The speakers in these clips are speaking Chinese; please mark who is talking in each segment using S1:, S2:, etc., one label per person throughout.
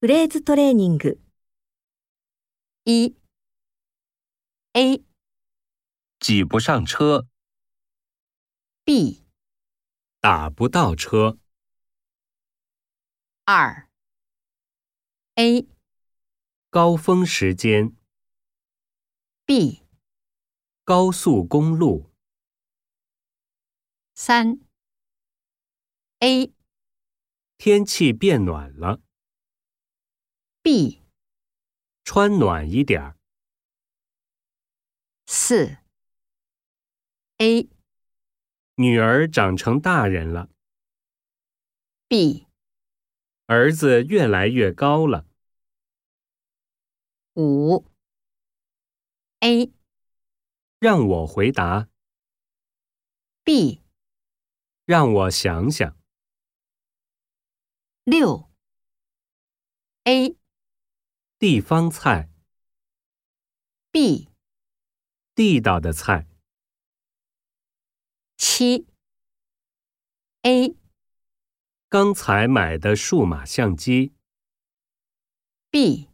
S1: フレーズトレーニング。一、A、
S2: 挤不上车，
S3: B
S2: 打不到车，
S3: 二，A
S2: 高峰时间，
S3: B
S2: 高速公路，
S3: 三，A
S2: 天气变暖了，
S3: B
S2: 穿暖一点儿，
S3: 四，A
S2: 女儿长成大人了，
S3: B
S2: 儿子越来越高了，
S3: 五，A
S2: 让我回答，
S3: B
S2: 让我想想，
S3: 六，A
S2: 地方菜，
S3: B
S2: 地道的菜，
S3: 七，A
S2: 刚才买的数码相机，
S3: B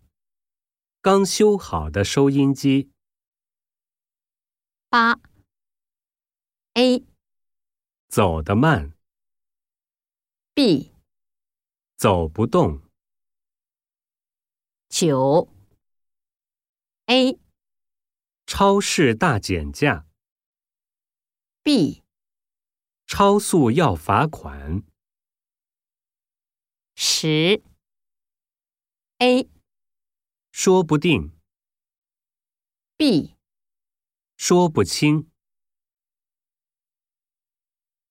S2: 刚修好的收音机，
S3: 八，A
S2: 走得慢，
S3: B
S2: 走不动，
S3: 九，A
S2: 超市大减价，
S3: B
S2: 超速要罚款。
S3: 十，A
S2: 说不定，
S3: B
S2: 说不清。